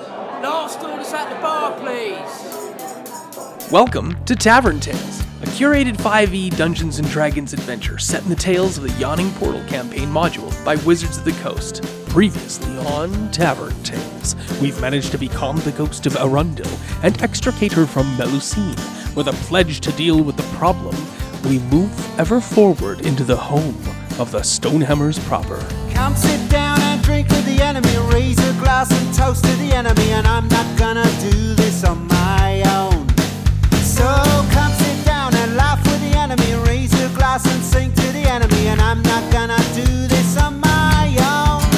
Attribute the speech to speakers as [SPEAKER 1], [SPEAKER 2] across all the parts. [SPEAKER 1] Last orders at the bar, please.
[SPEAKER 2] Welcome to Tavern Tales, a curated 5e Dungeons and Dragons adventure set in the tales of the Yawning Portal campaign module by Wizards of the Coast. Previously on Tavern Tales, we've managed to becalm the ghost of Arundel and extricate her from Melusine. With a pledge to deal with the problem, we move ever forward into the home of the Stonehammers proper.
[SPEAKER 3] Come sit down and drink with the enemy. Raise a glass and toast to the enemy. And I'm not gonna do this on my own. So come sit down and laugh with the enemy. Raise a glass and sing to the enemy. And I'm not gonna do this on my own.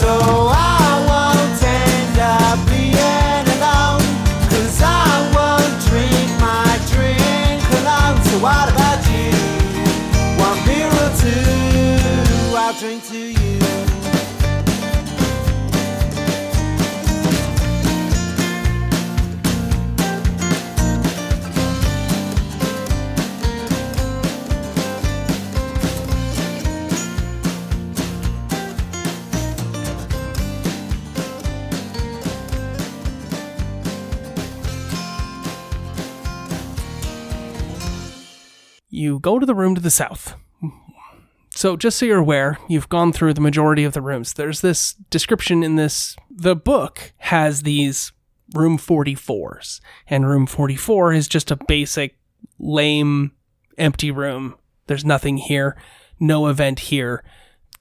[SPEAKER 3] So I won't end up being alone. Cause I won't drink my drink alone. So what about you? One beer or two, I'll drink to you.
[SPEAKER 2] You go to the room to the south. So, just so you're aware, you've gone through the majority of the rooms. There's this description in this. The book has these room 44s, and room 44 is just a basic, lame, empty room. There's nothing here, no event here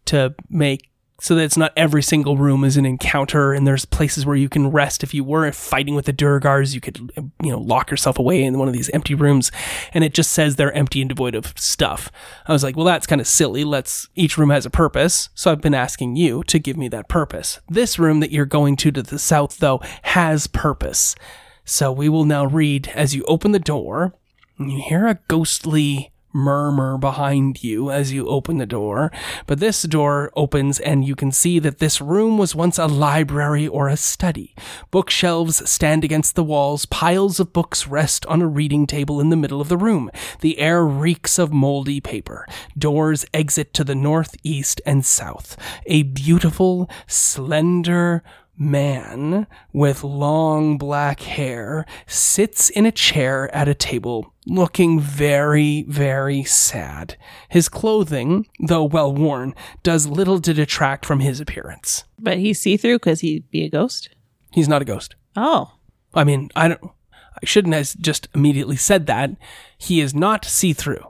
[SPEAKER 2] to make so that it's not every single room is an encounter and there's places where you can rest if you were fighting with the durgars you could you know lock yourself away in one of these empty rooms and it just says they're empty and devoid of stuff i was like well that's kind of silly let's each room has a purpose so i've been asking you to give me that purpose this room that you're going to to the south though has purpose so we will now read as you open the door and You hear a ghostly murmur behind you as you open the door, but this door opens and you can see that this room was once a library or a study. Bookshelves stand against the walls, piles of books rest on a reading table in the middle of the room. The air reeks of moldy paper. Doors exit to the north, east, and south. A beautiful, slender, man with long black hair sits in a chair at a table, looking very, very sad. His clothing, though well worn, does little to detract from his appearance.
[SPEAKER 4] But he's see through because he'd be a ghost.
[SPEAKER 2] He's not a ghost.
[SPEAKER 4] Oh,
[SPEAKER 2] I mean, I don't. I shouldn't have just immediately said that. He is not see through,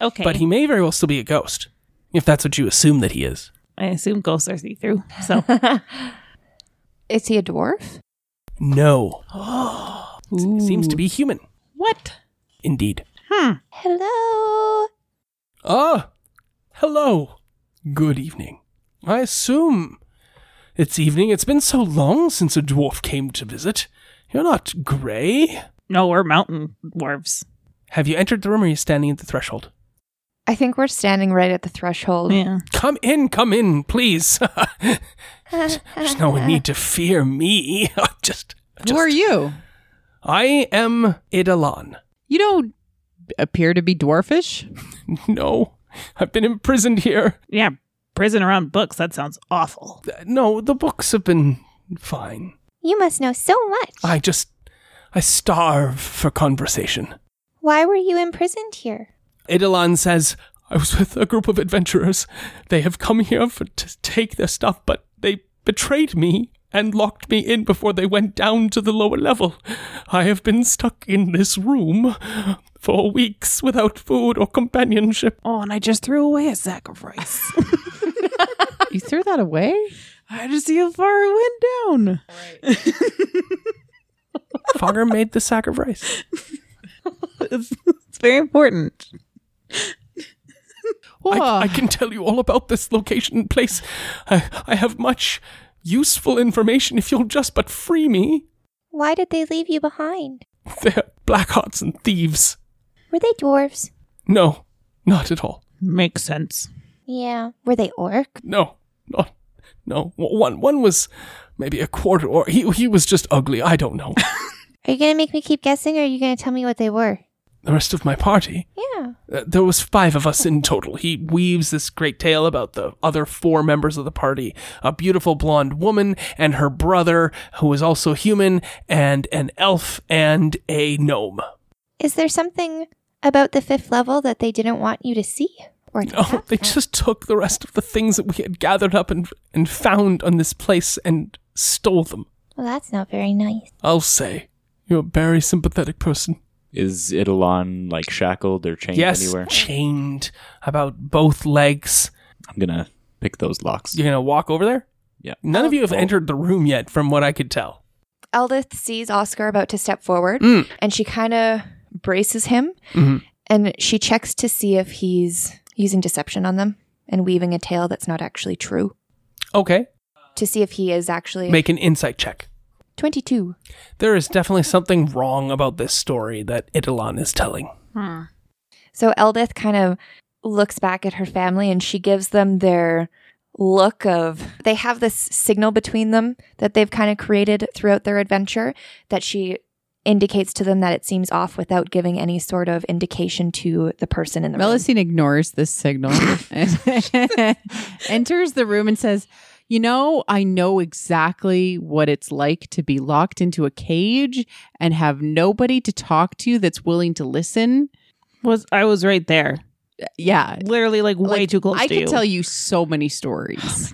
[SPEAKER 4] okay.
[SPEAKER 2] but he may very well still be a ghost, if that's what you assume that he is.
[SPEAKER 4] I assume ghosts are see through. So
[SPEAKER 5] Is he a dwarf?
[SPEAKER 2] No. S- Seems to be human,
[SPEAKER 4] what?
[SPEAKER 2] indeed.
[SPEAKER 5] Hello.
[SPEAKER 2] Ah, hello. Good evening. I assume it's evening. It's been so long since a dwarf came to visit. You're not grey.
[SPEAKER 4] No, we're mountain dwarves.
[SPEAKER 2] Have you entered the room or are you standing at the threshold?
[SPEAKER 5] I think we're standing right at the threshold.
[SPEAKER 4] Yeah.
[SPEAKER 2] Come in, come in, please. There's no need to fear me. I just, just.
[SPEAKER 6] Who are you?
[SPEAKER 2] I am Idalon.
[SPEAKER 6] You don't appear to be dwarfish.
[SPEAKER 2] No, I've been imprisoned here.
[SPEAKER 4] Yeah. Prison around books. That sounds awful.
[SPEAKER 2] No, the books have been fine.
[SPEAKER 5] You must know so much.
[SPEAKER 2] I just. I starve for conversation.
[SPEAKER 5] Why were you imprisoned here?
[SPEAKER 2] Idalon says, I was with a group of adventurers. They have come here for, to take their stuff, but they betrayed me and locked me in before they went down to the lower level. I have been stuck in this room for weeks without food or companionship.
[SPEAKER 4] Oh, and I just threw away a sack of rice.
[SPEAKER 6] You threw that away?
[SPEAKER 4] I just see how far it went down.
[SPEAKER 2] Fogger made the sack of rice.
[SPEAKER 4] It's, it's very important.
[SPEAKER 2] I,
[SPEAKER 6] Whoa.
[SPEAKER 2] I can tell you all about this location and place. I, I have much useful information if you'll just but free me.
[SPEAKER 5] Why did they leave you behind?
[SPEAKER 2] They're blackhearts and thieves.
[SPEAKER 5] Were they dwarves?
[SPEAKER 2] No, not at all.
[SPEAKER 4] Makes sense.
[SPEAKER 5] Yeah. Were they orc?
[SPEAKER 2] No, not no. W- One one was maybe a quarter, or he he was just ugly. I don't know.
[SPEAKER 5] Are you going to make me keep guessing or are you going to tell me what they were?
[SPEAKER 2] the rest of my party.
[SPEAKER 5] Yeah.
[SPEAKER 2] Uh, there was five of us in total. He weaves this great tale about the other four members of the party: a beautiful blonde woman and her brother, who was also human, and an elf and a gnome.
[SPEAKER 5] Is there something about the fifth level that they didn't want you to see? Or to
[SPEAKER 2] Oh,
[SPEAKER 5] have?
[SPEAKER 2] they just took the rest of the things that we had gathered up and and found on this place and stole them.
[SPEAKER 5] Well, that's not very nice.
[SPEAKER 2] I'll say, you're a very sympathetic person.
[SPEAKER 7] Is Idolon like shackled or chained
[SPEAKER 2] yes,
[SPEAKER 7] anywhere?
[SPEAKER 2] chained about both legs.
[SPEAKER 7] I'm gonna pick those locks.
[SPEAKER 2] You're gonna walk over there.
[SPEAKER 7] Yeah.
[SPEAKER 2] None of you have entered the room yet, from what I could tell.
[SPEAKER 8] Eldith sees Oscar about to step forward
[SPEAKER 2] Mm.
[SPEAKER 8] and she kind of braces him
[SPEAKER 2] Mhm.
[SPEAKER 8] and she checks to see if he's using deception on them and weaving a tale that's not actually true
[SPEAKER 2] Okay,
[SPEAKER 8] to see if he is actually
[SPEAKER 2] make an insight check.
[SPEAKER 8] 22.
[SPEAKER 2] There is definitely something wrong about this story that Idolon is telling.
[SPEAKER 8] So Eldith kind of looks back at her family and she gives them their look of they have this signal between them that they've kind of created throughout their adventure that she indicates to them that it seems off without giving any sort of indication to the person in the room.
[SPEAKER 6] Melusine ignores this signal, and enters the room, and says, "You know, I know exactly what it's like to be locked into a cage and have nobody to talk to that's willing to listen.
[SPEAKER 4] Was I was right there.
[SPEAKER 6] Yeah,
[SPEAKER 4] Literally like way
[SPEAKER 6] Like,
[SPEAKER 4] too close to
[SPEAKER 6] I can
[SPEAKER 4] you.
[SPEAKER 6] tell you so many stories.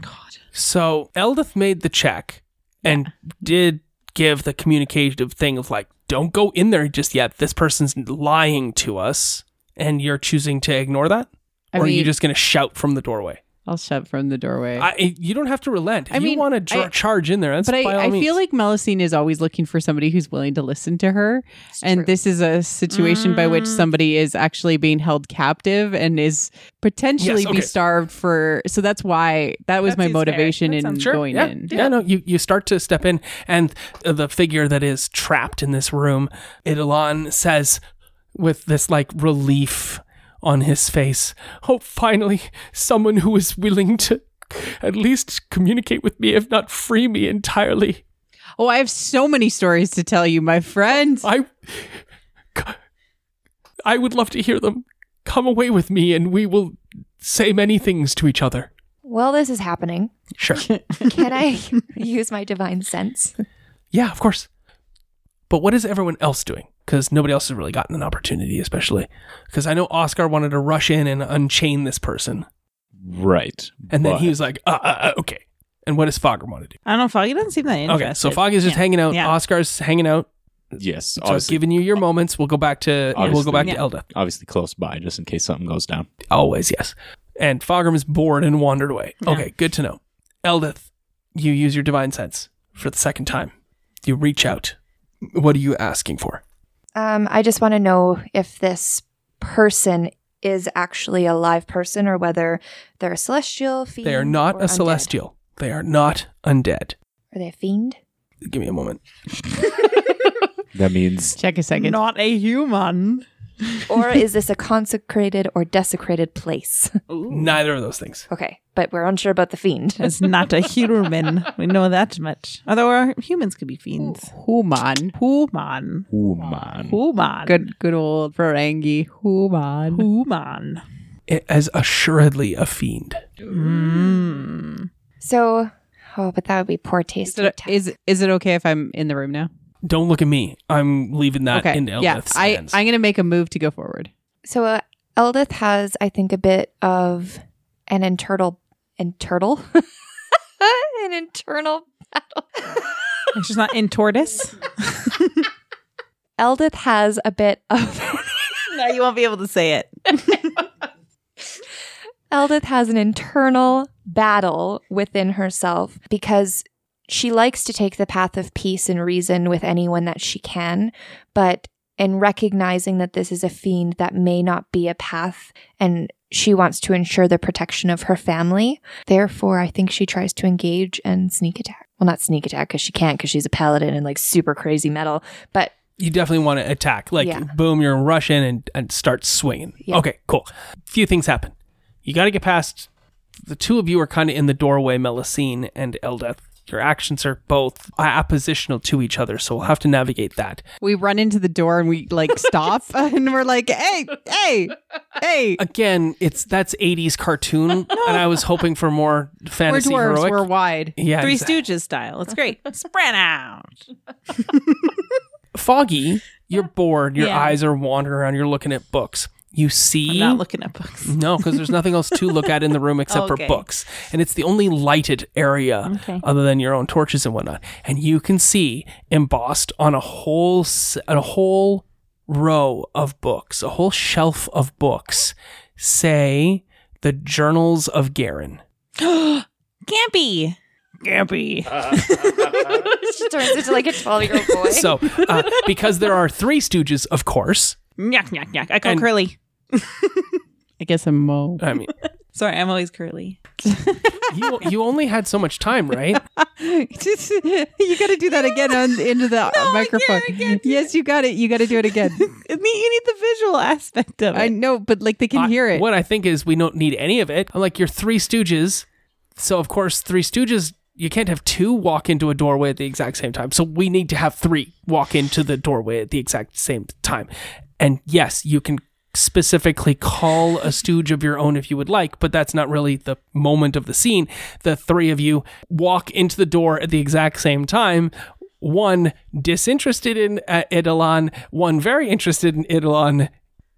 [SPEAKER 2] So Eldith made the check and did give the communicative thing of like, don't go in there just yet. This person's lying to us, and you're choosing to ignore that,
[SPEAKER 6] I
[SPEAKER 2] or are you
[SPEAKER 6] mean-
[SPEAKER 2] just gonna shout from the doorway?
[SPEAKER 6] I'll shove from the doorway.
[SPEAKER 2] I, you don't have to relent. If
[SPEAKER 6] I
[SPEAKER 2] you
[SPEAKER 6] mean,
[SPEAKER 2] want to dr-
[SPEAKER 6] I-
[SPEAKER 2] charge in there, that's
[SPEAKER 6] but I,
[SPEAKER 2] by all
[SPEAKER 6] I feel
[SPEAKER 2] means.
[SPEAKER 6] like Melusine is always looking for somebody who's willing to listen to her. and this is a situation by which
[SPEAKER 4] Mm.
[SPEAKER 6] somebody is actually being held captive and is potentially
[SPEAKER 2] Yes, okay.
[SPEAKER 6] be starved for. So that's why that was
[SPEAKER 4] That
[SPEAKER 6] my
[SPEAKER 4] seems fair.
[SPEAKER 6] motivation
[SPEAKER 4] That
[SPEAKER 6] in
[SPEAKER 4] sounds-
[SPEAKER 6] going
[SPEAKER 2] yeah,
[SPEAKER 6] in.
[SPEAKER 2] Yeah, no, you, you start to step in, and the figure that is trapped in this room, Idolon says with this like relief on his face, Oh, finally, someone who is willing to at least communicate with me, if not free me entirely.
[SPEAKER 6] Oh, I have so many stories to tell you, my friend.
[SPEAKER 2] I, I would love to hear them. Come away with me, and we will say many things to each other.
[SPEAKER 8] While this is happening,
[SPEAKER 2] Sure.
[SPEAKER 8] can I use my divine sense?
[SPEAKER 2] Yeah, of course. But what is everyone else doing? Because nobody else has really gotten an opportunity, especially because I know Oscar wanted to rush in and unchain this person,
[SPEAKER 7] Right.
[SPEAKER 2] and then
[SPEAKER 7] but
[SPEAKER 2] he was like, uh, uh, uh, "Okay." And what does Fogger want to do?
[SPEAKER 4] I don't know, Foggy doesn't seem that interested.
[SPEAKER 2] Okay, so Foggy's just hanging out.
[SPEAKER 4] Yeah.
[SPEAKER 2] Oscar's hanging out.
[SPEAKER 7] yes,
[SPEAKER 2] So I've
[SPEAKER 7] obviously,
[SPEAKER 2] given you your moments. We'll go back to we'll go
[SPEAKER 7] Obviously.
[SPEAKER 2] back
[SPEAKER 4] Yeah.
[SPEAKER 2] to Elda.
[SPEAKER 7] obviously close by, just in case something goes down.
[SPEAKER 2] Always yes. And Fogger is bored and wandered away.
[SPEAKER 4] Yeah.
[SPEAKER 2] Okay, good to know. Eldith, you use your divine sense for the second time. You reach out. What are you asking for?
[SPEAKER 8] Um, I just want to know if this person is actually a live person or whether they're a celestial fiend.
[SPEAKER 2] They are not
[SPEAKER 8] or
[SPEAKER 2] a
[SPEAKER 8] undead.
[SPEAKER 2] celestial. They are not undead.
[SPEAKER 8] Are they a fiend?
[SPEAKER 2] give me a moment.
[SPEAKER 7] That means
[SPEAKER 6] Check a second.
[SPEAKER 4] Not a human.
[SPEAKER 8] Or is this a consecrated or desecrated place?
[SPEAKER 2] Neither of those things.
[SPEAKER 8] Okay, but we're unsure about the fiend.
[SPEAKER 4] It's not a human. We know that much. Although our humans could be fiends.
[SPEAKER 6] Human.
[SPEAKER 4] Human.
[SPEAKER 7] woman.
[SPEAKER 4] Human.
[SPEAKER 6] Good, good old Ferengi. Human.
[SPEAKER 4] Human.
[SPEAKER 2] It is assuredly a fiend.
[SPEAKER 8] So, oh, but that would be poor taste.
[SPEAKER 6] Is it, is, is it okay if I'm in the room now?
[SPEAKER 2] Don't look at me. I'm leaving that
[SPEAKER 6] okay.
[SPEAKER 2] in Elveth's
[SPEAKER 6] yeah, I,
[SPEAKER 2] hands.
[SPEAKER 6] I'm going to make a move to go forward.
[SPEAKER 8] so, uh, Eldith has, I think, a bit of an internal, internal, an internal battle.
[SPEAKER 4] She's not in tortoise.
[SPEAKER 8] Eldith has a bit of
[SPEAKER 4] no, you won't be able to say it.
[SPEAKER 8] Eldith has an internal battle within herself because she likes to take the path of peace and reason with anyone that she can, but in recognizing that this is a fiend that may not be a path and she wants to ensure the protection of her family. Therefore, I think she tries to engage and sneak attack. Well, not sneak attack because she can't because she's a paladin and like super crazy metal, but
[SPEAKER 2] you definitely want to attack. Like,
[SPEAKER 8] Yeah.
[SPEAKER 2] boom, you're gonna rush in and, and start swinging.
[SPEAKER 8] Yeah.
[SPEAKER 2] Okay, cool. few things happen. You got to get past. The two of you are kind of in the doorway, Melusine and Eldeth. your actions are both oppositional to each other, so we'll have to navigate that.
[SPEAKER 6] We run into the door and we like stop and we're like, hey, hey, hey.
[SPEAKER 2] Again, it's that's 80s cartoon, and I was hoping for more
[SPEAKER 6] We're
[SPEAKER 2] fantasy
[SPEAKER 6] dwarves.
[SPEAKER 2] heroic.
[SPEAKER 6] We're wide.
[SPEAKER 2] yeah,
[SPEAKER 4] Three
[SPEAKER 2] exactly.
[SPEAKER 4] Stooges style. It's great. Spread out.
[SPEAKER 2] Foggy, you're bored, your
[SPEAKER 4] Yeah.
[SPEAKER 2] eyes are wandering around, you're looking at books. You
[SPEAKER 4] I'm
[SPEAKER 2] see
[SPEAKER 4] not looking at books.
[SPEAKER 2] No, because there's nothing else to look at in the room except
[SPEAKER 4] Okay.
[SPEAKER 2] for books. And it's the only lighted area other than your own torches and whatnot. And you can see embossed on a whole s- a whole row of books, a whole shelf of books, say the journals of Garen.
[SPEAKER 4] Campy. Uh, Campy.
[SPEAKER 8] she turns into like a 12 year old boy.
[SPEAKER 2] So, uh, because there are three stooges, of course.
[SPEAKER 4] Yuck, yuck, yuck. I call
[SPEAKER 2] And-
[SPEAKER 4] Curly.
[SPEAKER 6] I guess I'm Mo.
[SPEAKER 2] I mean,
[SPEAKER 4] Sorry, I'm always Curly.
[SPEAKER 2] you you only had so much time, right?
[SPEAKER 6] you got to do that again on, into the microphone. yes, you got it. You got to do it again.
[SPEAKER 4] You need the visual aspect of it.
[SPEAKER 6] I know, but like they can
[SPEAKER 2] I-
[SPEAKER 6] hear it.
[SPEAKER 2] What I think is we don't need any of it. I'm like, you're three stooges. So, of course, three stooges, you can't have two walk into a doorway at the exact same time. So, we need to have three walk into the doorway at the exact same time. And yes, you can specifically call a stooge of your own if you would like, but that's not really the moment of the scene. The three of you walk into the door at the exact same time. One disinterested in uh, Idolon, one very interested in Idolon,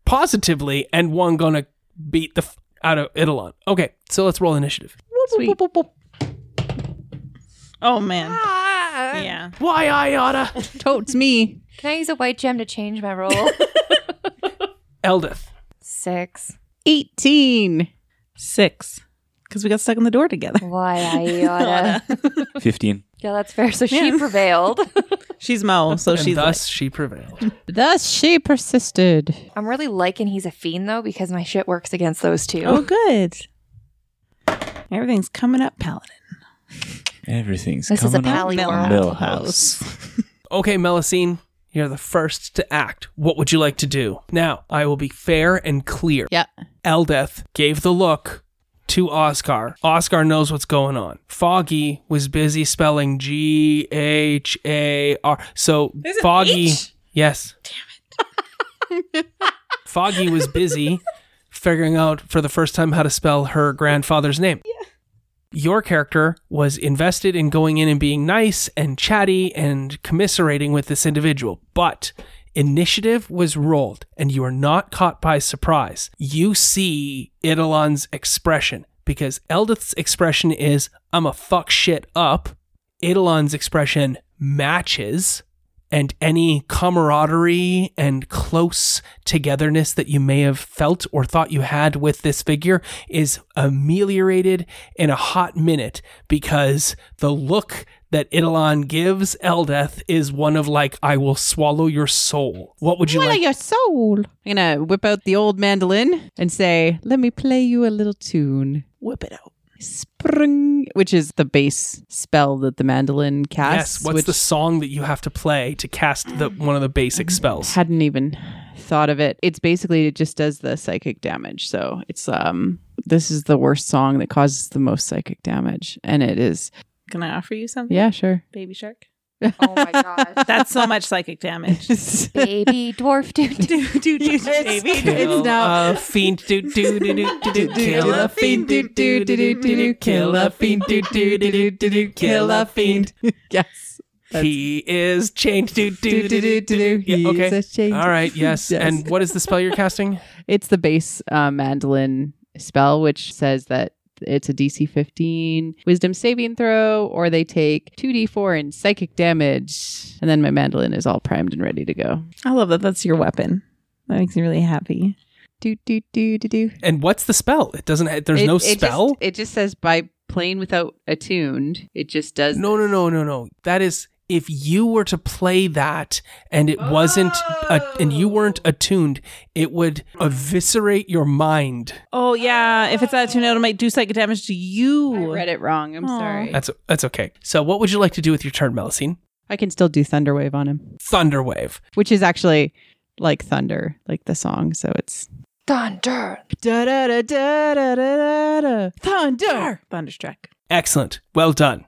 [SPEAKER 2] positively, and one gonna beat the f- out of Idolon. Okay, so let's roll initiative.
[SPEAKER 4] Sweet. Oh, man. Yeah.
[SPEAKER 2] Why Iota?
[SPEAKER 6] Totes me.
[SPEAKER 8] Can I use a white gem to change my roll?
[SPEAKER 2] Eldith.
[SPEAKER 8] Six.
[SPEAKER 6] 18.
[SPEAKER 4] Six. Because we got stuck in the door together.
[SPEAKER 8] Why, Iota?
[SPEAKER 7] 15.
[SPEAKER 8] yeah, that's fair. So she prevailed.
[SPEAKER 4] She's Mo, so
[SPEAKER 2] And
[SPEAKER 4] she's
[SPEAKER 2] thus she prevailed.
[SPEAKER 6] Thus she persisted.
[SPEAKER 8] I'm really liking he's a fiend though because my shit works against those two.
[SPEAKER 4] like, oh, good. Everything's coming up, Paladin.
[SPEAKER 7] Everything's
[SPEAKER 8] this is a
[SPEAKER 7] coming up.
[SPEAKER 8] pally
[SPEAKER 4] Miller.
[SPEAKER 8] world.
[SPEAKER 7] Millhouse.
[SPEAKER 2] Okay, Melusine, you're the first to act. What would you like to do? Now, I will be fair and clear.
[SPEAKER 6] Yeah.
[SPEAKER 2] Eldeth gave the look to Oscar. Oscar knows what's going on. Foggy was busy spelling G H A R. So
[SPEAKER 4] There's an
[SPEAKER 2] Foggy,
[SPEAKER 4] H?
[SPEAKER 2] yes. Damn it. Foggy was busy figuring out for the first time how to spell her grandfather's name. Your character was invested in going in and being nice and chatty and commiserating with this individual, but initiative was rolled and you are not caught by surprise. You see Idolon's expression because Eldith's expression is, I'm a fuck shit up. Idolon's expression matches and any camaraderie and close togetherness that you may have felt or thought you had with this figure is ameliorated in a hot minute because the look that Idolon gives Eldeth is one of like, I will swallow your soul. What would you
[SPEAKER 6] Swallow
[SPEAKER 2] like?
[SPEAKER 6] your soul. I'm going to whip out the old mandolin and say, let me play you a little tune.
[SPEAKER 4] Whip it out.
[SPEAKER 6] Spring, which is the bass spell that the mandolin casts.
[SPEAKER 2] yes, what's
[SPEAKER 6] which
[SPEAKER 2] the song that you have to play to cast the one of the basic spells?
[SPEAKER 6] hadn't even thought of it. It's basically it just does the psychic damage. So it's um this is the worst song that causes the most psychic damage. And it is
[SPEAKER 4] Can I offer you something?
[SPEAKER 6] yeah, sure.
[SPEAKER 4] Baby shark.
[SPEAKER 8] Oh my god.
[SPEAKER 4] That's so much psychic damage.
[SPEAKER 6] It's
[SPEAKER 8] Baby dwarf dude.
[SPEAKER 4] do, do, do, baby.
[SPEAKER 2] Kill
[SPEAKER 6] now-
[SPEAKER 2] a fiend, do do do do do do. Kill a fiend, do do do do do do. Kill a fiend, do do do do do do. Kill a fiend.
[SPEAKER 6] yes.
[SPEAKER 2] He is chained. Do do do do do.
[SPEAKER 6] Do-do-do-do-do.
[SPEAKER 2] Yeah,
[SPEAKER 6] He's
[SPEAKER 2] okay.
[SPEAKER 6] a change.
[SPEAKER 2] All right. Yes.
[SPEAKER 6] Yes.
[SPEAKER 2] And what is the spell you're casting?
[SPEAKER 6] It's the base uh, mandolin spell, which says that it's a DC 15 wisdom saving throw, or they take 2d4 in psychic damage. And then my mandolin is all primed and ready to go.
[SPEAKER 4] I love that. That's your weapon. That makes me really happy.
[SPEAKER 6] Do, do, do, do, do.
[SPEAKER 2] And what's the spell? It doesn't. ha- There's no spell.
[SPEAKER 6] Just, it just says by playing without attuned, it just does.
[SPEAKER 2] No, no, no, no, no. That is if you were to play that and it wasn't a, and you weren't
[SPEAKER 6] Oh.
[SPEAKER 2] attuned, it would eviscerate your mind.
[SPEAKER 4] Oh yeah, if it's out of tune, it might do psychic damage to
[SPEAKER 6] I
[SPEAKER 4] you.
[SPEAKER 6] read it wrong. I'm
[SPEAKER 4] Aw.
[SPEAKER 6] sorry.
[SPEAKER 2] That's that's okay. So, what would you like to do with your turn, Melusine?
[SPEAKER 6] I can still do Thunderwave on him,
[SPEAKER 2] Thunderwave.
[SPEAKER 6] which is actually like thunder, like the song. So it's
[SPEAKER 8] Thunder.
[SPEAKER 6] da da da da da da da thunder.
[SPEAKER 4] Thunderstruck.
[SPEAKER 2] Excellent. Well done.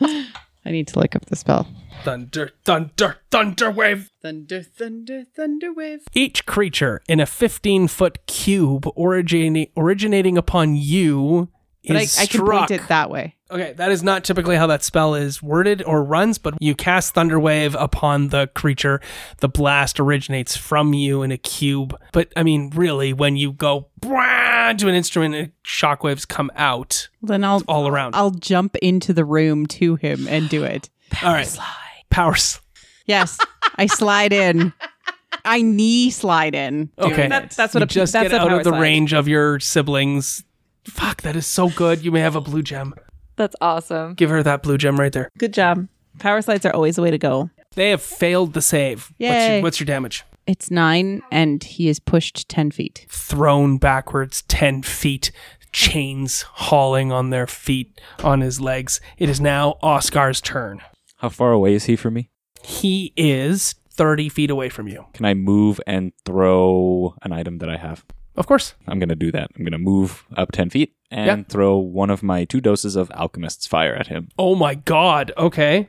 [SPEAKER 6] I need to look up the spell.
[SPEAKER 2] Thunder, thunder, thunderwave.
[SPEAKER 6] Thunder, thunder, thunderwave.
[SPEAKER 2] Each creature in a 15 foot cube origina- originating upon you is
[SPEAKER 6] But I, I can
[SPEAKER 2] struck.
[SPEAKER 6] point it that way.
[SPEAKER 2] okay, that is not typically how that spell is worded or runs, but you cast Thunderwave upon the creature. The blast originates from you in a cube. But I mean, really, when you go "Bwah!" to an instrument, it- shockwaves come out
[SPEAKER 6] Then I'll
[SPEAKER 2] all around.
[SPEAKER 6] I'll jump into the room to him and do it.
[SPEAKER 2] all right. Power slide.
[SPEAKER 6] Yes, I slide in. I knee slide in.
[SPEAKER 2] Okay,
[SPEAKER 4] That- that's what
[SPEAKER 2] you
[SPEAKER 4] a-
[SPEAKER 2] just
[SPEAKER 4] that's
[SPEAKER 2] get
[SPEAKER 4] a
[SPEAKER 2] out
[SPEAKER 4] power
[SPEAKER 2] of the
[SPEAKER 4] slide.
[SPEAKER 2] range of your siblings. Fuck, that is so good. You may have a blue gem.
[SPEAKER 8] That's awesome.
[SPEAKER 2] Give her that blue gem right there.
[SPEAKER 4] Good job. Power slides are always the way to go.
[SPEAKER 2] They have failed the save. What's
[SPEAKER 6] Yay.
[SPEAKER 2] your, what's your damage?
[SPEAKER 6] It's nine, and he is pushed ten feet.
[SPEAKER 2] Thrown backwards ten feet, chains hauling on their feet on his legs. It is now Oscar's turn.
[SPEAKER 7] How far away is he from me?
[SPEAKER 2] He is thirty feet away from you.
[SPEAKER 7] Can I move and throw an item that I have?
[SPEAKER 2] Of course.
[SPEAKER 7] I'm going to do that. I'm going to move up 10 feet and
[SPEAKER 2] Yeah.
[SPEAKER 7] throw one of my two doses of Alchemist's Fire at him.
[SPEAKER 2] Oh my God. Okay.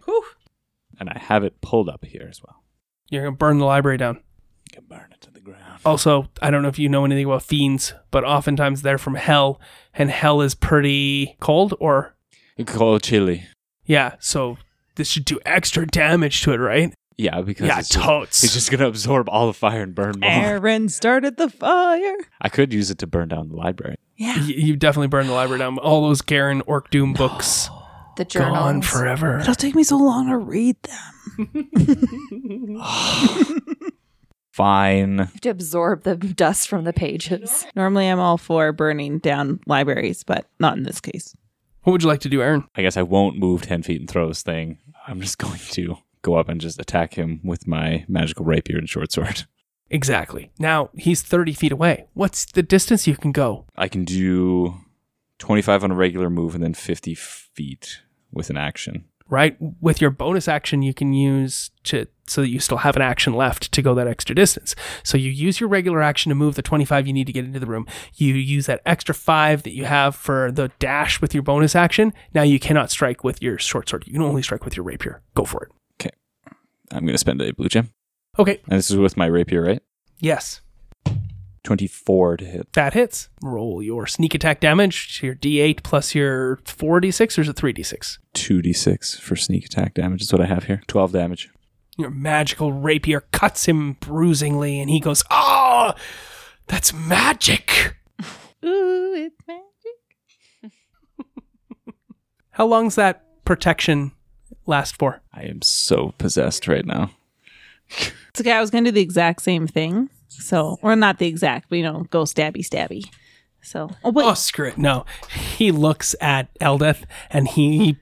[SPEAKER 7] And I have it pulled up here as well.
[SPEAKER 2] You're gonna burn the library down.
[SPEAKER 7] You can burn it to the ground.
[SPEAKER 8] Oh.
[SPEAKER 2] Also, I don't know if you know anything about fiends, but oftentimes they're from hell, and hell is pretty cold or
[SPEAKER 7] Call chili.
[SPEAKER 2] Yeah, so this should do extra damage to it, right?
[SPEAKER 7] Yeah, because
[SPEAKER 2] yeah,
[SPEAKER 7] it's just,
[SPEAKER 2] totes.
[SPEAKER 7] it's just going to absorb all the fire and burn more.
[SPEAKER 4] Aaron started the fire.
[SPEAKER 7] I could use it to burn down the library.
[SPEAKER 2] Y- you definitely burned the library down. All those Garen Orc Doom books
[SPEAKER 8] The journal.
[SPEAKER 2] gone forever.
[SPEAKER 4] It'll take me so long to read them.
[SPEAKER 7] Fine.
[SPEAKER 8] have to absorb the dust from the pages.
[SPEAKER 4] Normally, I'm all for burning down libraries, but not in this case.
[SPEAKER 2] What would you like to do, Aaron?
[SPEAKER 7] I guess I won't move 10 feet and throw this thing. I'm just going to go up and just attack him with my magical rapier and short sword.
[SPEAKER 2] Exactly. Now he's 30 feet away. What's the distance you can go?
[SPEAKER 7] I can do 25 on a regular move and then 50 feet with an action.
[SPEAKER 2] Right? With your bonus action, you can use to so that you still have an action left to go that extra distance. So you use your regular action to move the 25 you need to get into the room. You use that extra five that you have for the dash with your bonus action. Now you cannot strike with your short sword. You can only strike with your rapier. Go for it.
[SPEAKER 7] I'm going to spend a blue gem.
[SPEAKER 2] Okay.
[SPEAKER 7] And this is with my rapier, right?
[SPEAKER 2] Yes.
[SPEAKER 7] 24 to hit.
[SPEAKER 2] That hits. Roll your sneak attack damage to your d8 plus your 4d6, or is it 3d6?
[SPEAKER 7] 2d6 for sneak attack damage is what I have here. 12 damage.
[SPEAKER 2] Your magical rapier cuts him bruisingly, and he goes, Ah, that's magic.
[SPEAKER 4] Ooh, it's magic.
[SPEAKER 2] How long's that protection last for?
[SPEAKER 7] I am so possessed right now.
[SPEAKER 4] It's okay. I was going to do the exact same thing. So, or not the exact, but you know, go stabby stabby. So, oh, wait.
[SPEAKER 2] Oh, screw it. No. He looks at Eldeth, and he.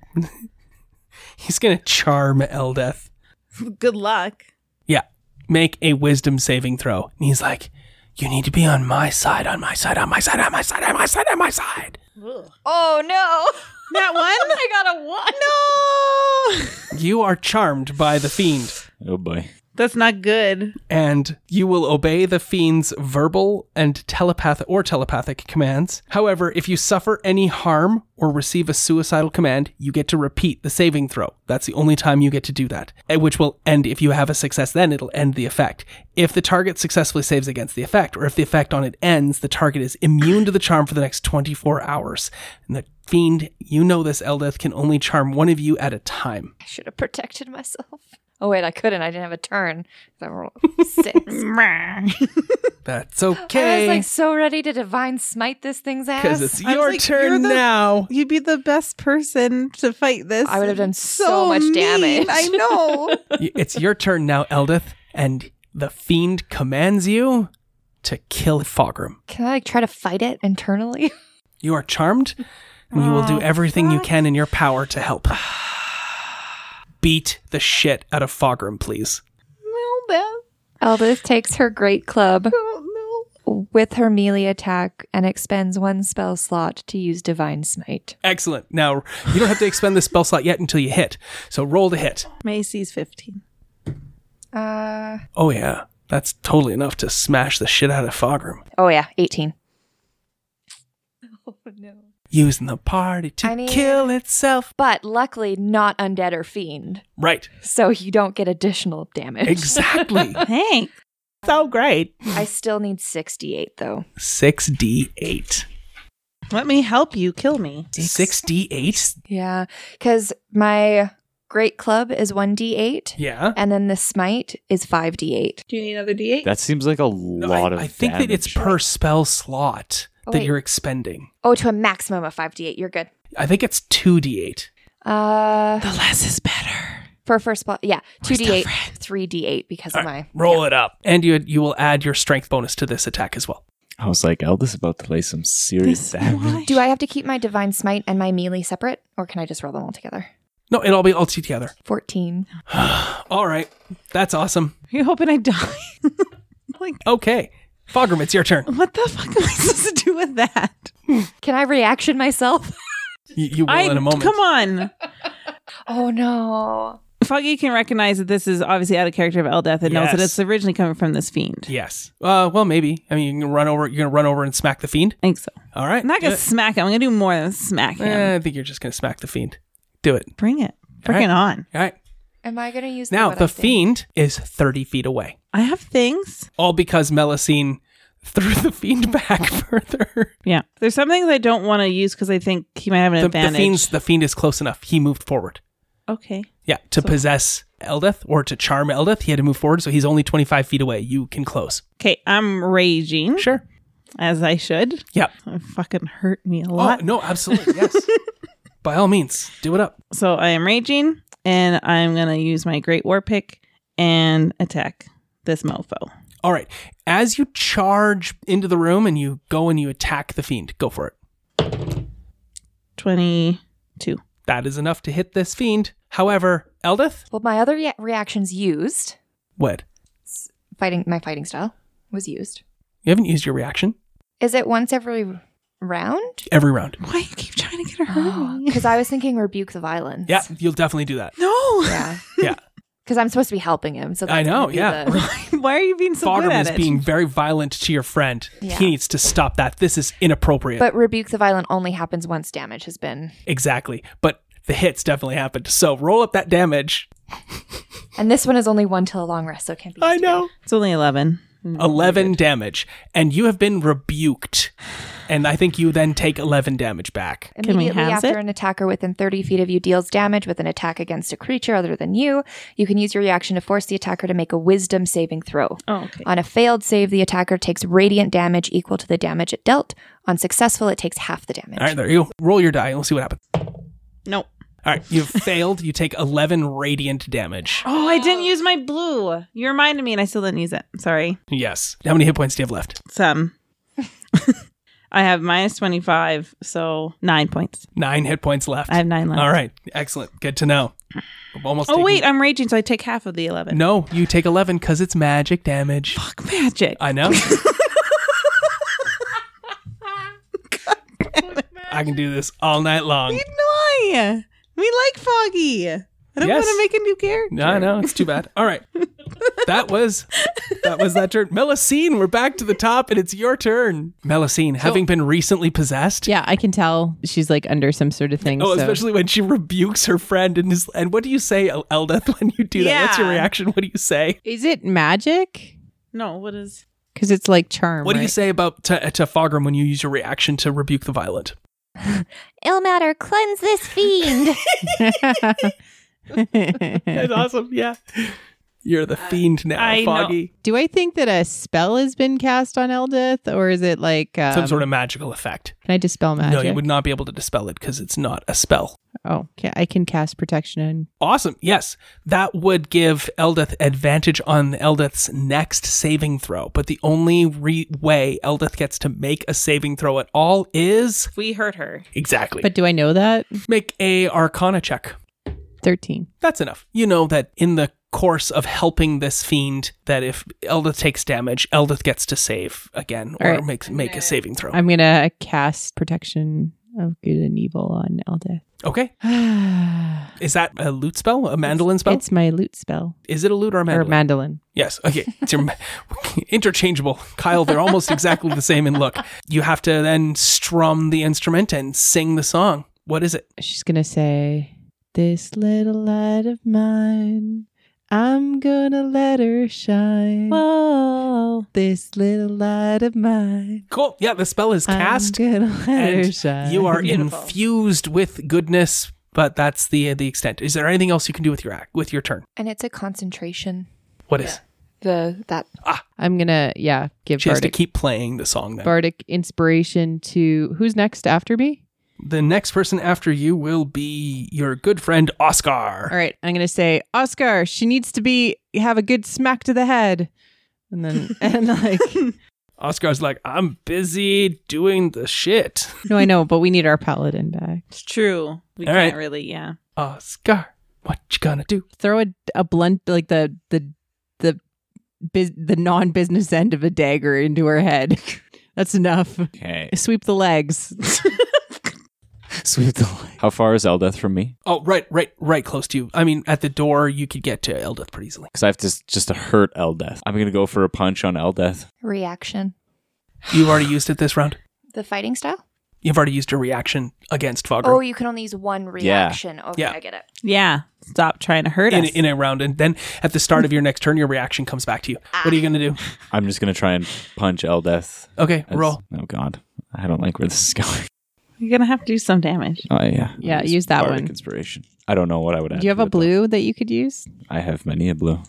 [SPEAKER 2] He's going to charm Eldeth.
[SPEAKER 8] Oh.
[SPEAKER 4] good luck.
[SPEAKER 2] Yeah. Make a wisdom saving throw. And he's like, You need to be on my side, on my side, on my side, on my side, on my side, on my side.
[SPEAKER 8] Oh no!
[SPEAKER 4] That one?
[SPEAKER 8] I got a one. No.
[SPEAKER 2] You are charmed by the fiend,
[SPEAKER 7] Oh boy.
[SPEAKER 4] That's not good.
[SPEAKER 2] and you will obey the fiend's verbal and telepathic or telepathic commands. However, if you suffer any harm or receive a suicidal command, you get to repeat the saving throw. That's the only time you get to do that, eh, which will end if you have a success, then it'll end the effect. If the target successfully saves against the effect, or if the effect on it ends, the target is immune to the charm for the next 24 hours. And the fiend, you know this, Eldeth, can only charm one of you at a time.
[SPEAKER 8] I should have protected myself. Oh wait, I couldn't. I didn't have a turn. I rolled six.
[SPEAKER 2] That's
[SPEAKER 8] I was
[SPEAKER 2] okay.
[SPEAKER 8] like so ready to divine smite this thing's
[SPEAKER 2] Because
[SPEAKER 8] ass.
[SPEAKER 2] it's
[SPEAKER 4] I was
[SPEAKER 2] your
[SPEAKER 4] like,
[SPEAKER 2] turn
[SPEAKER 4] you're the-
[SPEAKER 2] now.
[SPEAKER 4] You'd be the best person to fight this.
[SPEAKER 8] I would have done
[SPEAKER 4] It's
[SPEAKER 8] so much
[SPEAKER 4] mean.
[SPEAKER 8] damage.
[SPEAKER 4] I know.
[SPEAKER 2] Y- it's your turn now, Eldith, and the fiend commands you to kill Fogram.
[SPEAKER 8] Can I like try to fight it internally?
[SPEAKER 2] You are charmed, and you will do
[SPEAKER 4] Oh,
[SPEAKER 2] everything you
[SPEAKER 4] fuck.
[SPEAKER 2] can in your power to help. Beat the shit out of Fogram, please.
[SPEAKER 8] Eldith takes her great club with her melee attack and expends one spell slot to use divine smite.
[SPEAKER 2] Excellent. Now, you don't have to expend the spell slot yet until you hit. So roll to hit.
[SPEAKER 4] Macy's 15.
[SPEAKER 8] Uh
[SPEAKER 2] Oh, yeah. That's totally enough to smash the shit out of Fogram.
[SPEAKER 8] oh yeah, eighteen.
[SPEAKER 2] using the party to
[SPEAKER 8] I mean-
[SPEAKER 2] kill itself.
[SPEAKER 8] But luckily, not undead or fiend,
[SPEAKER 2] Right.
[SPEAKER 8] so you don't get additional damage.
[SPEAKER 2] Exactly.
[SPEAKER 4] Thanks. So great.
[SPEAKER 8] I still need 68 though.
[SPEAKER 2] 6d8.
[SPEAKER 4] Let me help you kill me.
[SPEAKER 2] 6d8?
[SPEAKER 8] Yeah, because my great club is 1d8,
[SPEAKER 2] Yeah.
[SPEAKER 8] and then the smite is 5d8.
[SPEAKER 4] Do you need another D8?
[SPEAKER 7] That seems like a
[SPEAKER 2] No,
[SPEAKER 7] lot
[SPEAKER 2] I,
[SPEAKER 7] of.
[SPEAKER 2] I think that it's
[SPEAKER 7] damage.
[SPEAKER 2] per spell slot
[SPEAKER 8] Oh,
[SPEAKER 2] that
[SPEAKER 8] wait.
[SPEAKER 2] you're expending.
[SPEAKER 8] Oh, to a maximum of 5d8. You're good.
[SPEAKER 2] I think it's 2d8.
[SPEAKER 8] Uh,
[SPEAKER 6] The less is better.
[SPEAKER 8] for first spell, yeah,
[SPEAKER 6] Where's the
[SPEAKER 8] 2d8,
[SPEAKER 6] friend?
[SPEAKER 8] 3d8 because of my
[SPEAKER 2] Roll it up. And you you will add your strength bonus to this attack as well.
[SPEAKER 7] I was like, Elda's about to lay some serious damage.
[SPEAKER 8] Do I have to keep my divine smite and my melee separate, or can I just roll them all together?
[SPEAKER 2] No, it'll be all two together.
[SPEAKER 8] 14.
[SPEAKER 2] All right. That's awesome.
[SPEAKER 6] Are you hoping I die?
[SPEAKER 2] Okay. Fogrim, it's your turn.
[SPEAKER 4] What the fuck am I supposed to do with that?
[SPEAKER 8] Can I reaction myself?
[SPEAKER 2] You, you will
[SPEAKER 4] I
[SPEAKER 2] in a moment.
[SPEAKER 4] come on.
[SPEAKER 8] Oh no.
[SPEAKER 4] Foggy can recognize that this is obviously out of character of Eldeth and knows that
[SPEAKER 2] Yes.
[SPEAKER 4] it's originally coming from this fiend.
[SPEAKER 2] Yes. Uh, well, maybe. I mean, you can run over. You're gonna run over and smack the fiend.
[SPEAKER 4] I think so.
[SPEAKER 2] All right.
[SPEAKER 4] I'm not gonna
[SPEAKER 2] Do
[SPEAKER 4] smack him. I'm gonna do more than smack
[SPEAKER 2] it.
[SPEAKER 4] him.
[SPEAKER 2] Eh, I think you're just gonna smack the fiend. Do it.
[SPEAKER 4] Bring it. Bring
[SPEAKER 2] right.
[SPEAKER 4] it on.
[SPEAKER 2] All right.
[SPEAKER 8] Am I going to use
[SPEAKER 2] Now
[SPEAKER 8] what
[SPEAKER 2] the
[SPEAKER 8] I think?
[SPEAKER 2] fiend is 30 feet away,
[SPEAKER 4] I have things.
[SPEAKER 2] all because Melusine threw the fiend back further.
[SPEAKER 4] Yeah. There's some things I don't want to use because I think he might have an
[SPEAKER 2] The, the
[SPEAKER 4] advantage.
[SPEAKER 2] fiend's the fiend is close enough. He moved forward.
[SPEAKER 4] okay.
[SPEAKER 2] Yeah, to
[SPEAKER 4] So-
[SPEAKER 2] possess Eldeth or to charm Eldeth, he had to move forward, so he's only 25 feet away. You can close.
[SPEAKER 4] Okay. I'm raging
[SPEAKER 2] Sure.
[SPEAKER 4] as I should.
[SPEAKER 2] Yep.
[SPEAKER 4] It fucking hurt me a
[SPEAKER 2] Oh,
[SPEAKER 4] lot.
[SPEAKER 2] no, absolutely. Yes. By all means, do it up.
[SPEAKER 4] So I am raging and I'm gonna use my great war pick and attack this mofo.
[SPEAKER 2] All right. As you charge into the room and you go and you attack the fiend, go for it.
[SPEAKER 4] Twenty two.
[SPEAKER 2] That is enough to hit this fiend. However, Eldeth,
[SPEAKER 8] Well, my other rea- reactions used,
[SPEAKER 2] what?
[SPEAKER 8] fighting my fighting style was used.
[SPEAKER 2] You haven't used your reaction
[SPEAKER 8] Is it once every round?
[SPEAKER 2] every round.
[SPEAKER 4] Why you keep trying to get her hurt?
[SPEAKER 8] Because I was thinking rebuke the violence.
[SPEAKER 2] Yeah, you'll definitely do that.
[SPEAKER 4] No.
[SPEAKER 8] Yeah.
[SPEAKER 2] Yeah.
[SPEAKER 8] Because I'm supposed to be helping him. So
[SPEAKER 2] I
[SPEAKER 8] that's
[SPEAKER 2] know,
[SPEAKER 8] gonna be
[SPEAKER 2] yeah.
[SPEAKER 8] the-
[SPEAKER 4] Why are you being so good
[SPEAKER 2] Fogrim
[SPEAKER 4] at
[SPEAKER 2] is
[SPEAKER 4] it?
[SPEAKER 2] being very violent to your friend.
[SPEAKER 8] Yeah.
[SPEAKER 2] He needs to stop that. This is inappropriate.
[SPEAKER 8] but rebuke the violent only happens once damage has been.
[SPEAKER 2] exactly. But the hits definitely happened. So roll up that damage.
[SPEAKER 8] And this one is only one till a long rest, so it can't be.
[SPEAKER 2] I
[SPEAKER 8] used again.
[SPEAKER 2] know.
[SPEAKER 4] It's only eleven.
[SPEAKER 2] 11 damage. And you have been rebuked. And I think you then take 11 damage back.
[SPEAKER 4] we
[SPEAKER 8] Immediately
[SPEAKER 4] house
[SPEAKER 8] after
[SPEAKER 4] it?
[SPEAKER 8] an attacker within 30 feet of you deals damage with an attack against a creature other than you, you can use your reaction to force the attacker to make a wisdom saving throw.
[SPEAKER 4] Oh, okay.
[SPEAKER 8] On a failed save, the attacker takes radiant damage equal to the damage it dealt. On successful, it takes half the damage.
[SPEAKER 2] All right, there you go. Roll your die and we'll see what happens.
[SPEAKER 4] Nope.
[SPEAKER 2] All right, you've failed. You take 11 radiant damage.
[SPEAKER 4] Oh, I didn't use my blue. You reminded me, and I still didn't use it. Sorry.
[SPEAKER 2] Yes. How many hit points do you have left?
[SPEAKER 4] Some. I have minus twenty five, so nine points.
[SPEAKER 2] Nine hit points left.
[SPEAKER 4] I have nine left.
[SPEAKER 2] All right, excellent. Good to know. I'm almost.
[SPEAKER 4] Oh
[SPEAKER 2] taking-
[SPEAKER 4] wait, I'm raging, so I take half of the eleven.
[SPEAKER 2] no, you take 11 because it's magic damage.
[SPEAKER 4] Fuck magic.
[SPEAKER 2] I know. I can do this all night long.
[SPEAKER 4] Why? We like Foggy. I don't
[SPEAKER 2] Yes.
[SPEAKER 4] want to make a new character.
[SPEAKER 2] No, no, it's too bad. All right, that was that was that turn. Melusine, we're back to the top, and it's your turn. Melusine, having been recently possessed.
[SPEAKER 6] Yeah, I can tell she's like under some sort of thing.
[SPEAKER 2] Oh,
[SPEAKER 6] so-
[SPEAKER 2] especially when she rebukes her friend and is, and what do you say, El- Eldeth, when you do that? What's your
[SPEAKER 4] Yeah.
[SPEAKER 2] reaction? What do you say?
[SPEAKER 6] Is it magic?
[SPEAKER 4] No, what is?
[SPEAKER 6] Because it's like charm.
[SPEAKER 2] What do you
[SPEAKER 6] right?
[SPEAKER 2] say about to, to Fogrim when you use your reaction to rebuke the violent?
[SPEAKER 5] Ilmater, cleanse this fiend.
[SPEAKER 2] That's awesome. Yeah. You're
[SPEAKER 6] Uh,
[SPEAKER 2] the fiend now,
[SPEAKER 4] I know.
[SPEAKER 2] Foggy.
[SPEAKER 6] Do I think that a spell has been cast on Eldith, or is it like um,
[SPEAKER 2] Some sort of magical effect.
[SPEAKER 6] Can I dispel magic?
[SPEAKER 2] No, you would not be able to dispel it because it's not a spell.
[SPEAKER 6] Oh, okay. I can cast protection and
[SPEAKER 2] Awesome. Yes. That would give Eldeth advantage on Eldeth's next saving throw. But the only re- way Eldeth gets to make a saving throw at all is.
[SPEAKER 4] We hurt her.
[SPEAKER 2] Exactly.
[SPEAKER 6] But do I know that?
[SPEAKER 2] make a arcana check.
[SPEAKER 6] 13.
[SPEAKER 2] that's enough. You know that in the course of helping this fiend, that if Eldith takes damage, Eldith gets to save again or
[SPEAKER 6] All right.
[SPEAKER 2] makes make a saving throw.
[SPEAKER 6] I'm going to cast protection of good and evil on Eldeth.
[SPEAKER 2] Okay. Is that a loot spell? A mandolin spell?
[SPEAKER 6] It's my loot spell.
[SPEAKER 2] Is it a loot or a mandolin?
[SPEAKER 6] Or mandolin.
[SPEAKER 2] Yes. Okay. It's your ma- interchangeable. Kyle, they're almost exactly the same in look. You have to then strum the instrument and sing the song. What is it?
[SPEAKER 6] She's going to say, This little light of mine, I'm going to let her shine.
[SPEAKER 4] Whoa.
[SPEAKER 6] This little light of mine.
[SPEAKER 2] Cool. Yeah, the spell is cast.
[SPEAKER 6] I'm gonna let her
[SPEAKER 2] and
[SPEAKER 6] shine.
[SPEAKER 2] you are infused with goodness, but that's the uh, the extent. Is there anything else you can do with your act with your turn?
[SPEAKER 8] And it's a concentration.
[SPEAKER 2] What is?
[SPEAKER 8] The that
[SPEAKER 6] I'm gonna yeah give
[SPEAKER 2] She has to
[SPEAKER 6] bardic
[SPEAKER 2] keep playing the song then.
[SPEAKER 6] bardic inspiration to who's next after me.
[SPEAKER 2] the next person after you will be your good friend Oscar.
[SPEAKER 6] All right, I'm gonna say Oscar. She needs to be have a good smack to the head, and then and like
[SPEAKER 2] Oscar's like, I'm busy doing the shit.
[SPEAKER 6] no, I know, but we need our paladin back.
[SPEAKER 4] It's true. We
[SPEAKER 2] All
[SPEAKER 4] can't
[SPEAKER 2] right.
[SPEAKER 4] really, yeah.
[SPEAKER 2] Oscar, what you gonna do?
[SPEAKER 6] Throw a, a blunt like the the the bus the non business end of a dagger into her head. That's enough.
[SPEAKER 7] Okay.
[SPEAKER 6] Sweep the legs.
[SPEAKER 7] Sweep the light. How far is Eldeth from me?
[SPEAKER 2] Oh, right, right, right close to you. I mean, at the door, you could get to Eldeth pretty easily.
[SPEAKER 7] Because I have to s- just to hurt Eldeth. I'm gonna go for a punch on Eldeth.
[SPEAKER 8] reaction.
[SPEAKER 2] You've already used it this round.
[SPEAKER 8] The fighting style?
[SPEAKER 2] You've already used your reaction against Fogger
[SPEAKER 8] Oh, you can only use one reaction. Okay,
[SPEAKER 2] Yeah.
[SPEAKER 8] I get it.
[SPEAKER 4] Yeah. Stop trying to hurt
[SPEAKER 2] in,
[SPEAKER 4] us.
[SPEAKER 2] in a round. And then at the start of your next turn, your reaction comes back to you. What are you going to do?
[SPEAKER 7] I'm just gonna try and punch Eldeth.
[SPEAKER 2] Okay,
[SPEAKER 7] as-
[SPEAKER 2] roll.
[SPEAKER 7] Oh God, I don't like where this is going.
[SPEAKER 4] You're going to have to do some damage.
[SPEAKER 7] Oh yeah.
[SPEAKER 6] Yeah, use that
[SPEAKER 7] bardic
[SPEAKER 6] one.
[SPEAKER 7] Inspiration. I don't know what I would add.
[SPEAKER 6] Do you have
[SPEAKER 7] to
[SPEAKER 6] a
[SPEAKER 7] it, though.
[SPEAKER 6] blue that you could use?
[SPEAKER 7] I have many a blue.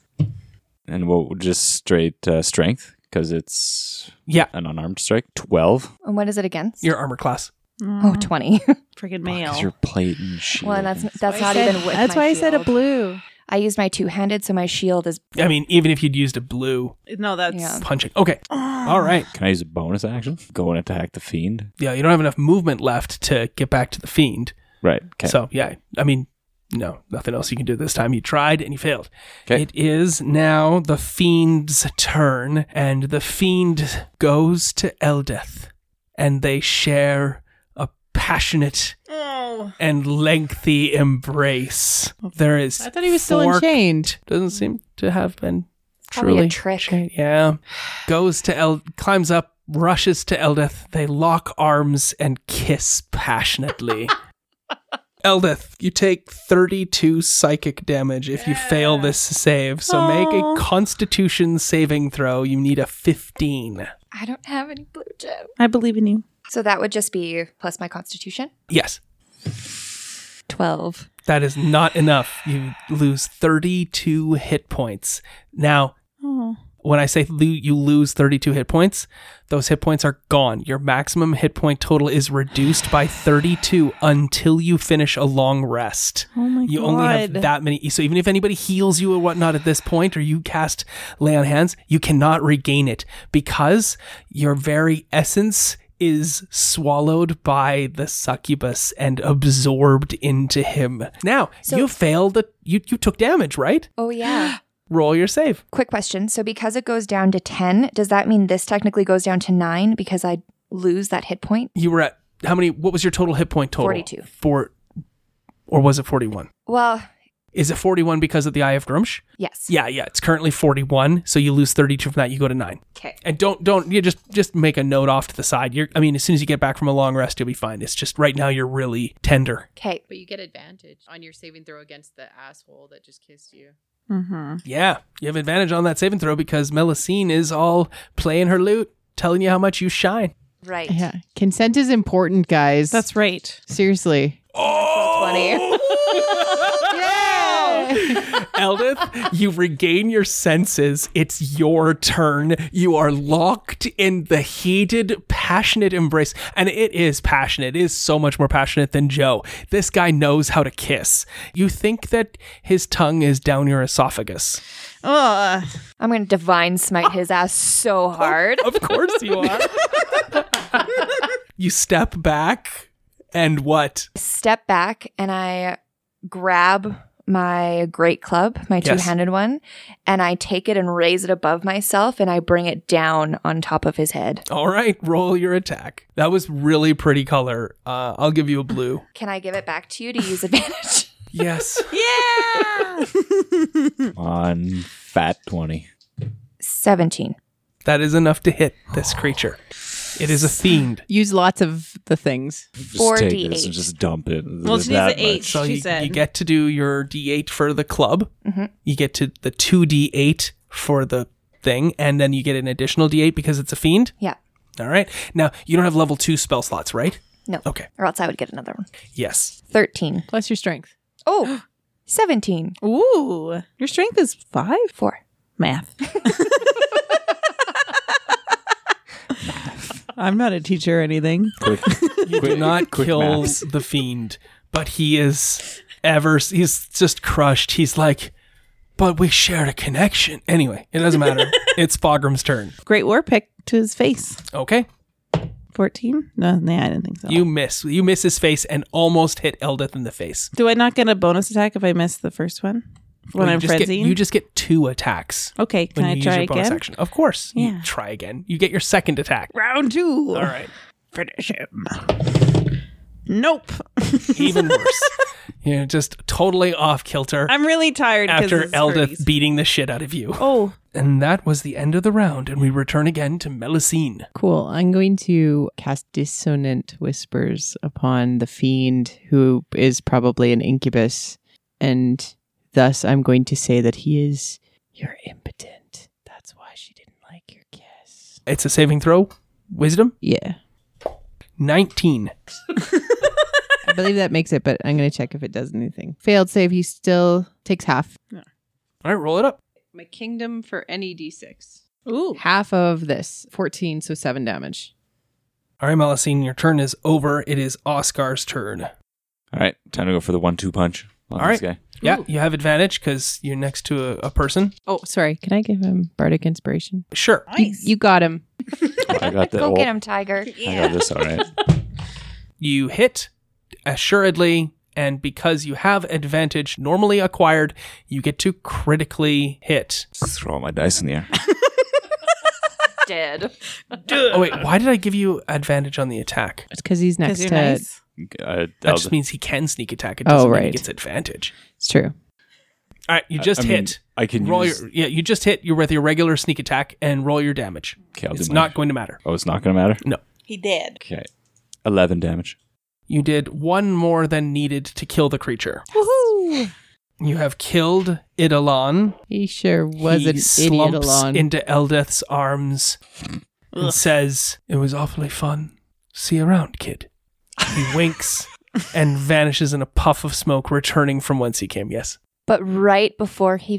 [SPEAKER 7] And we'll just straight uh, strength because it's
[SPEAKER 2] Yeah,
[SPEAKER 7] an unarmed strike. Twelve.
[SPEAKER 8] And what is it against?
[SPEAKER 2] your armor class.
[SPEAKER 8] oh, 20.
[SPEAKER 4] Freaking
[SPEAKER 7] Because
[SPEAKER 4] male.
[SPEAKER 7] you're plate and shield.
[SPEAKER 8] well, and that's that's
[SPEAKER 6] I
[SPEAKER 8] not
[SPEAKER 6] said-
[SPEAKER 8] even with
[SPEAKER 6] That's
[SPEAKER 8] my
[SPEAKER 6] why I said a
[SPEAKER 8] shield.
[SPEAKER 6] blue.
[SPEAKER 8] I used my two-handed, so my shield is
[SPEAKER 2] I mean, even if you'd used a blue
[SPEAKER 4] No, that's.
[SPEAKER 8] Yeah.
[SPEAKER 2] punching. Okay, all right.
[SPEAKER 7] Can I use a bonus action? Go and attack the fiend.
[SPEAKER 2] Yeah, you don't have enough movement left to get back to the fiend.
[SPEAKER 7] Right. Okay.
[SPEAKER 2] So, yeah, I mean, no, nothing else you can do this time. You tried and you failed.
[SPEAKER 7] 'Kay.
[SPEAKER 2] It is now the fiend's turn, and the fiend goes to Eldeth, and they share a passionate
[SPEAKER 4] Oh.
[SPEAKER 2] and lengthy embrace. There is.
[SPEAKER 6] I thought he was still
[SPEAKER 2] four-
[SPEAKER 6] enchained.
[SPEAKER 2] Doesn't seem to have been
[SPEAKER 8] Mm. probably
[SPEAKER 2] truly.
[SPEAKER 8] a trick.
[SPEAKER 2] Yeah. Goes to El climbs up, rushes to Eldeth. They lock arms and kiss passionately. Eldeth, you take 32 psychic damage if you fail this save. So make
[SPEAKER 4] Aw.
[SPEAKER 2] a constitution saving throw. You need a 15.
[SPEAKER 8] I don't have any blue gem.
[SPEAKER 4] I believe in you.
[SPEAKER 8] So that would just be plus my constitution.
[SPEAKER 2] Yes.
[SPEAKER 8] 12.
[SPEAKER 2] That is not enough. You lose 32 hit points. Now,
[SPEAKER 4] Oh.
[SPEAKER 2] when I say lo- you lose 32 hit points, those hit points are gone. Your maximum hit point total is reduced by 32 until you finish a long rest.
[SPEAKER 4] Oh my
[SPEAKER 2] You
[SPEAKER 4] god.
[SPEAKER 2] only have that many. So even if anybody heals you or whatnot at this point, or you cast lay on hands, you cannot regain it because your very essence is swallowed by the succubus and absorbed into him. Now
[SPEAKER 8] So-
[SPEAKER 2] you failed. The, you you took damage, right?
[SPEAKER 8] Oh, yeah.
[SPEAKER 2] Roll your save.
[SPEAKER 8] Quick question. So because it goes down to 10, does that mean this technically goes down to 9 because I lose that hit point?
[SPEAKER 2] you were at how many what was your total hit point total
[SPEAKER 8] 42.
[SPEAKER 2] four or was it 41
[SPEAKER 8] Well,
[SPEAKER 2] is it 41 because of the eye of grumsh
[SPEAKER 8] yes.
[SPEAKER 2] yeah yeah it's currently 41 so you lose 32 from that you go to 9
[SPEAKER 8] Okay.
[SPEAKER 2] and don't don't you just just make a note off to the side you're i mean as soon as you get back from a long rest you'll be fine it's just right now you're really tender
[SPEAKER 8] Okay.
[SPEAKER 9] But you get advantage on your saving throw against the asshole that just kissed you.
[SPEAKER 4] Mhm.
[SPEAKER 2] yeah you have advantage on that saving throw because melusine is all playing her lute telling you how much you shine
[SPEAKER 8] Right.
[SPEAKER 6] Yeah, consent is important, guys.
[SPEAKER 4] That's right.
[SPEAKER 6] seriously.
[SPEAKER 8] Oh!
[SPEAKER 2] Eldith, you regain your senses. It's your turn. You are locked in the heated, passionate embrace. And it is passionate. It is so much more passionate than Joe. This guy knows how to kiss. You think that his tongue is down your esophagus.
[SPEAKER 4] Oh.
[SPEAKER 8] I'm going to divine smite his ass so hard.
[SPEAKER 2] Of course you are. you step back, and what?
[SPEAKER 8] Step back and I grab my great club, my
[SPEAKER 2] Yes.
[SPEAKER 8] two-handed one, and I take it and raise it above myself and I bring it down on top of his head.
[SPEAKER 2] All right, roll your attack. That was really pretty color. Uh, I'll give you a blue.
[SPEAKER 8] Can I give it back to you to use advantage?
[SPEAKER 2] Yes.
[SPEAKER 4] Yeah.
[SPEAKER 7] on fat 20.
[SPEAKER 8] 17.
[SPEAKER 2] that is enough to hit this
[SPEAKER 4] Oh.
[SPEAKER 2] creature. It is a fiend.
[SPEAKER 6] Use lots of the things.
[SPEAKER 7] Just
[SPEAKER 8] Four
[SPEAKER 7] take this
[SPEAKER 8] D8.
[SPEAKER 7] and just dump it.
[SPEAKER 4] Well, she needs
[SPEAKER 7] That
[SPEAKER 4] an eight.
[SPEAKER 7] much.
[SPEAKER 2] So
[SPEAKER 4] She
[SPEAKER 2] you,
[SPEAKER 4] said. Mm-hmm.
[SPEAKER 2] you get to do your d8 for the club.
[SPEAKER 8] Mhm.
[SPEAKER 2] You get to the 2d8 for the thing, and then you get an additional d8 because it's a fiend.
[SPEAKER 8] Yeah.
[SPEAKER 2] All right. Now, you don't have level two spell slots, right?
[SPEAKER 8] No.
[SPEAKER 2] Okay.
[SPEAKER 8] Or else I would get another one.
[SPEAKER 2] Yes.
[SPEAKER 8] 13.
[SPEAKER 6] Plus your strength.
[SPEAKER 8] Oh, 17.
[SPEAKER 4] Ooh. Your strength is five?
[SPEAKER 8] 4.
[SPEAKER 4] Math. I'm not a teacher or anything.
[SPEAKER 7] Quick,
[SPEAKER 2] You do
[SPEAKER 7] quick-
[SPEAKER 2] not
[SPEAKER 7] quick
[SPEAKER 2] kill
[SPEAKER 7] maps.
[SPEAKER 2] the fiend, but he is ever, he's just crushed. He's like, but we shared a connection. Anyway, it doesn't matter. it's Fogram's turn.
[SPEAKER 4] Great war pick to his face.
[SPEAKER 2] Okay.
[SPEAKER 4] 14? No, nah, I didn't think so.
[SPEAKER 2] You miss. You miss his face and almost hit Eldeth in the face.
[SPEAKER 4] Do I not get a bonus attack if I miss the first one? When
[SPEAKER 2] You
[SPEAKER 4] I'm
[SPEAKER 2] just get-
[SPEAKER 4] frenzied?
[SPEAKER 2] you just get two attacks.
[SPEAKER 4] okay, can
[SPEAKER 2] when
[SPEAKER 4] I
[SPEAKER 2] you
[SPEAKER 4] try
[SPEAKER 2] use your bonus
[SPEAKER 4] again?
[SPEAKER 2] action. Of course. You
[SPEAKER 4] Yeah.
[SPEAKER 2] try again. You get your second attack.
[SPEAKER 4] Round two.
[SPEAKER 2] All right.
[SPEAKER 4] Finish him. Nope.
[SPEAKER 2] Even worse. You're just totally off kilter
[SPEAKER 4] I'm really tired. 'cause
[SPEAKER 2] after
[SPEAKER 4] this
[SPEAKER 2] Eldeth
[SPEAKER 4] hurts.
[SPEAKER 2] beating the shit out of you.
[SPEAKER 4] Oh,
[SPEAKER 2] And that was the end of the round, and we return again to Melusine.
[SPEAKER 6] Cool. I'm going to cast dissonant whispers upon the fiend, who is probably an incubus, and thus I'm going to say that he is you're impotent. That's why she didn't like your kiss.
[SPEAKER 2] It's a saving throw. Wisdom?
[SPEAKER 6] Yeah,
[SPEAKER 2] 19.
[SPEAKER 6] I believe that makes it, but I'm going to check if it does anything. Failed save. He still takes half.
[SPEAKER 2] All right, roll it up.
[SPEAKER 6] My kingdom for any d6.
[SPEAKER 4] ooh.
[SPEAKER 6] Half of this, 14, so seven damage.
[SPEAKER 2] All right, Melusine, your turn is over. It is Oscar's turn.
[SPEAKER 7] All right, time to go for the one two punch on
[SPEAKER 2] All
[SPEAKER 7] this
[SPEAKER 2] right.
[SPEAKER 7] guy.
[SPEAKER 2] Yeah, you have advantage because you're next to a, a person.
[SPEAKER 6] Oh, sorry. Can I give him bardic inspiration?
[SPEAKER 2] Sure.
[SPEAKER 4] Nice.
[SPEAKER 6] You got him.
[SPEAKER 7] I got the
[SPEAKER 8] Go
[SPEAKER 7] oh,
[SPEAKER 8] get him, Tiger.
[SPEAKER 7] I got this. All right.
[SPEAKER 2] You hit assuredly, and because you have advantage normally acquired, you get to critically hit.
[SPEAKER 7] Just throw all my dice in the air.
[SPEAKER 8] Dead.
[SPEAKER 2] Oh, wait, why did I give you advantage on the attack?
[SPEAKER 6] It's because he's
[SPEAKER 4] 'Cause
[SPEAKER 6] next
[SPEAKER 4] you're
[SPEAKER 6] to.
[SPEAKER 4] nice.
[SPEAKER 7] Uh,
[SPEAKER 2] That
[SPEAKER 7] I'll-
[SPEAKER 2] just means he can sneak attack. It
[SPEAKER 6] Oh,
[SPEAKER 2] doesn't mean he
[SPEAKER 6] right.
[SPEAKER 2] gets advantage.
[SPEAKER 6] It's true.
[SPEAKER 2] All right, you just
[SPEAKER 7] I mean,
[SPEAKER 2] hit.
[SPEAKER 7] I can
[SPEAKER 2] roll
[SPEAKER 7] use-
[SPEAKER 2] your yeah. You just hit. You're with your regular sneak attack and roll your damage.
[SPEAKER 7] Okay, I'll do
[SPEAKER 2] it's
[SPEAKER 7] mine.
[SPEAKER 2] not going to matter.
[SPEAKER 7] Oh, it's not gonna matter.
[SPEAKER 4] He did.
[SPEAKER 7] Okay, eleven damage.
[SPEAKER 2] You did one more than needed to kill the creature.
[SPEAKER 4] Woohoo!
[SPEAKER 2] You have killed Idalon.
[SPEAKER 6] He sure was
[SPEAKER 2] he
[SPEAKER 6] an idiot
[SPEAKER 2] slumps
[SPEAKER 6] alone.
[SPEAKER 2] into Eldeth's arms and
[SPEAKER 4] Ugh.
[SPEAKER 2] says, "It was awfully fun. See you around, kid." He winks and vanishes in a puff of smoke, returning from whence he came. Yes.
[SPEAKER 8] But right before he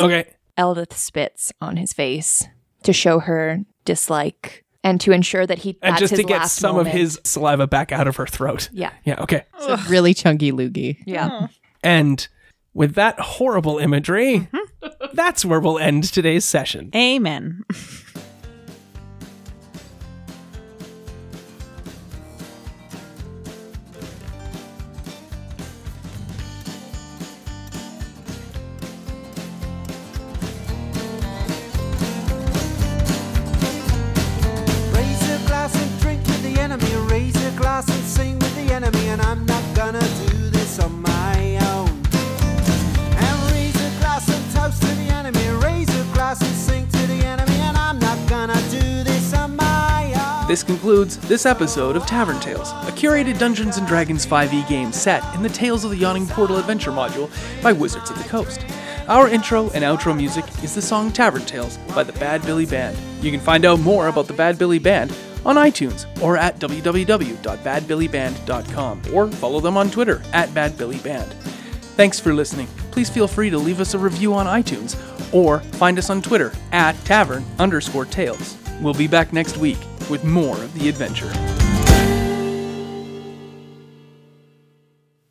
[SPEAKER 2] Okay.
[SPEAKER 8] Eldith spits on his face to show her dislike and to ensure that he
[SPEAKER 2] And
[SPEAKER 8] that's
[SPEAKER 2] just to
[SPEAKER 8] his
[SPEAKER 2] get
[SPEAKER 8] last
[SPEAKER 2] some of
[SPEAKER 8] moment.
[SPEAKER 2] his saliva back out of her throat.
[SPEAKER 8] Yeah.
[SPEAKER 2] Yeah. Okay.
[SPEAKER 6] It's a really chunky loogie.
[SPEAKER 8] Yeah.
[SPEAKER 2] And with that horrible imagery, that's where we'll end today's session.
[SPEAKER 4] Amen.
[SPEAKER 3] Raise a glass and drink with the enemy. Raise a glass and sing with the enemy. And I'm not gonna do this on my own. And raise a glass and toast to the enemy. Raise a glass and sing to the enemy. And I'm not gonna do this on my own.
[SPEAKER 2] This concludes this episode of Tavern Tales, a curated Dungeons and Dragons 5e game set in the Tales of the Yawning Portal adventure module by Wizards of the Coast. Our intro and outro music is the song Tavern Tales by the Bad Billy Band. You can find out more about the Bad Billy Band on iTunes or at www.badbillyband.com or follow them on Twitter at badbillyband. Thanks for listening. Please feel free to leave us a review on iTunes or find us on Twitter at tavern underscore tales. We'll be back next week with more of the adventure.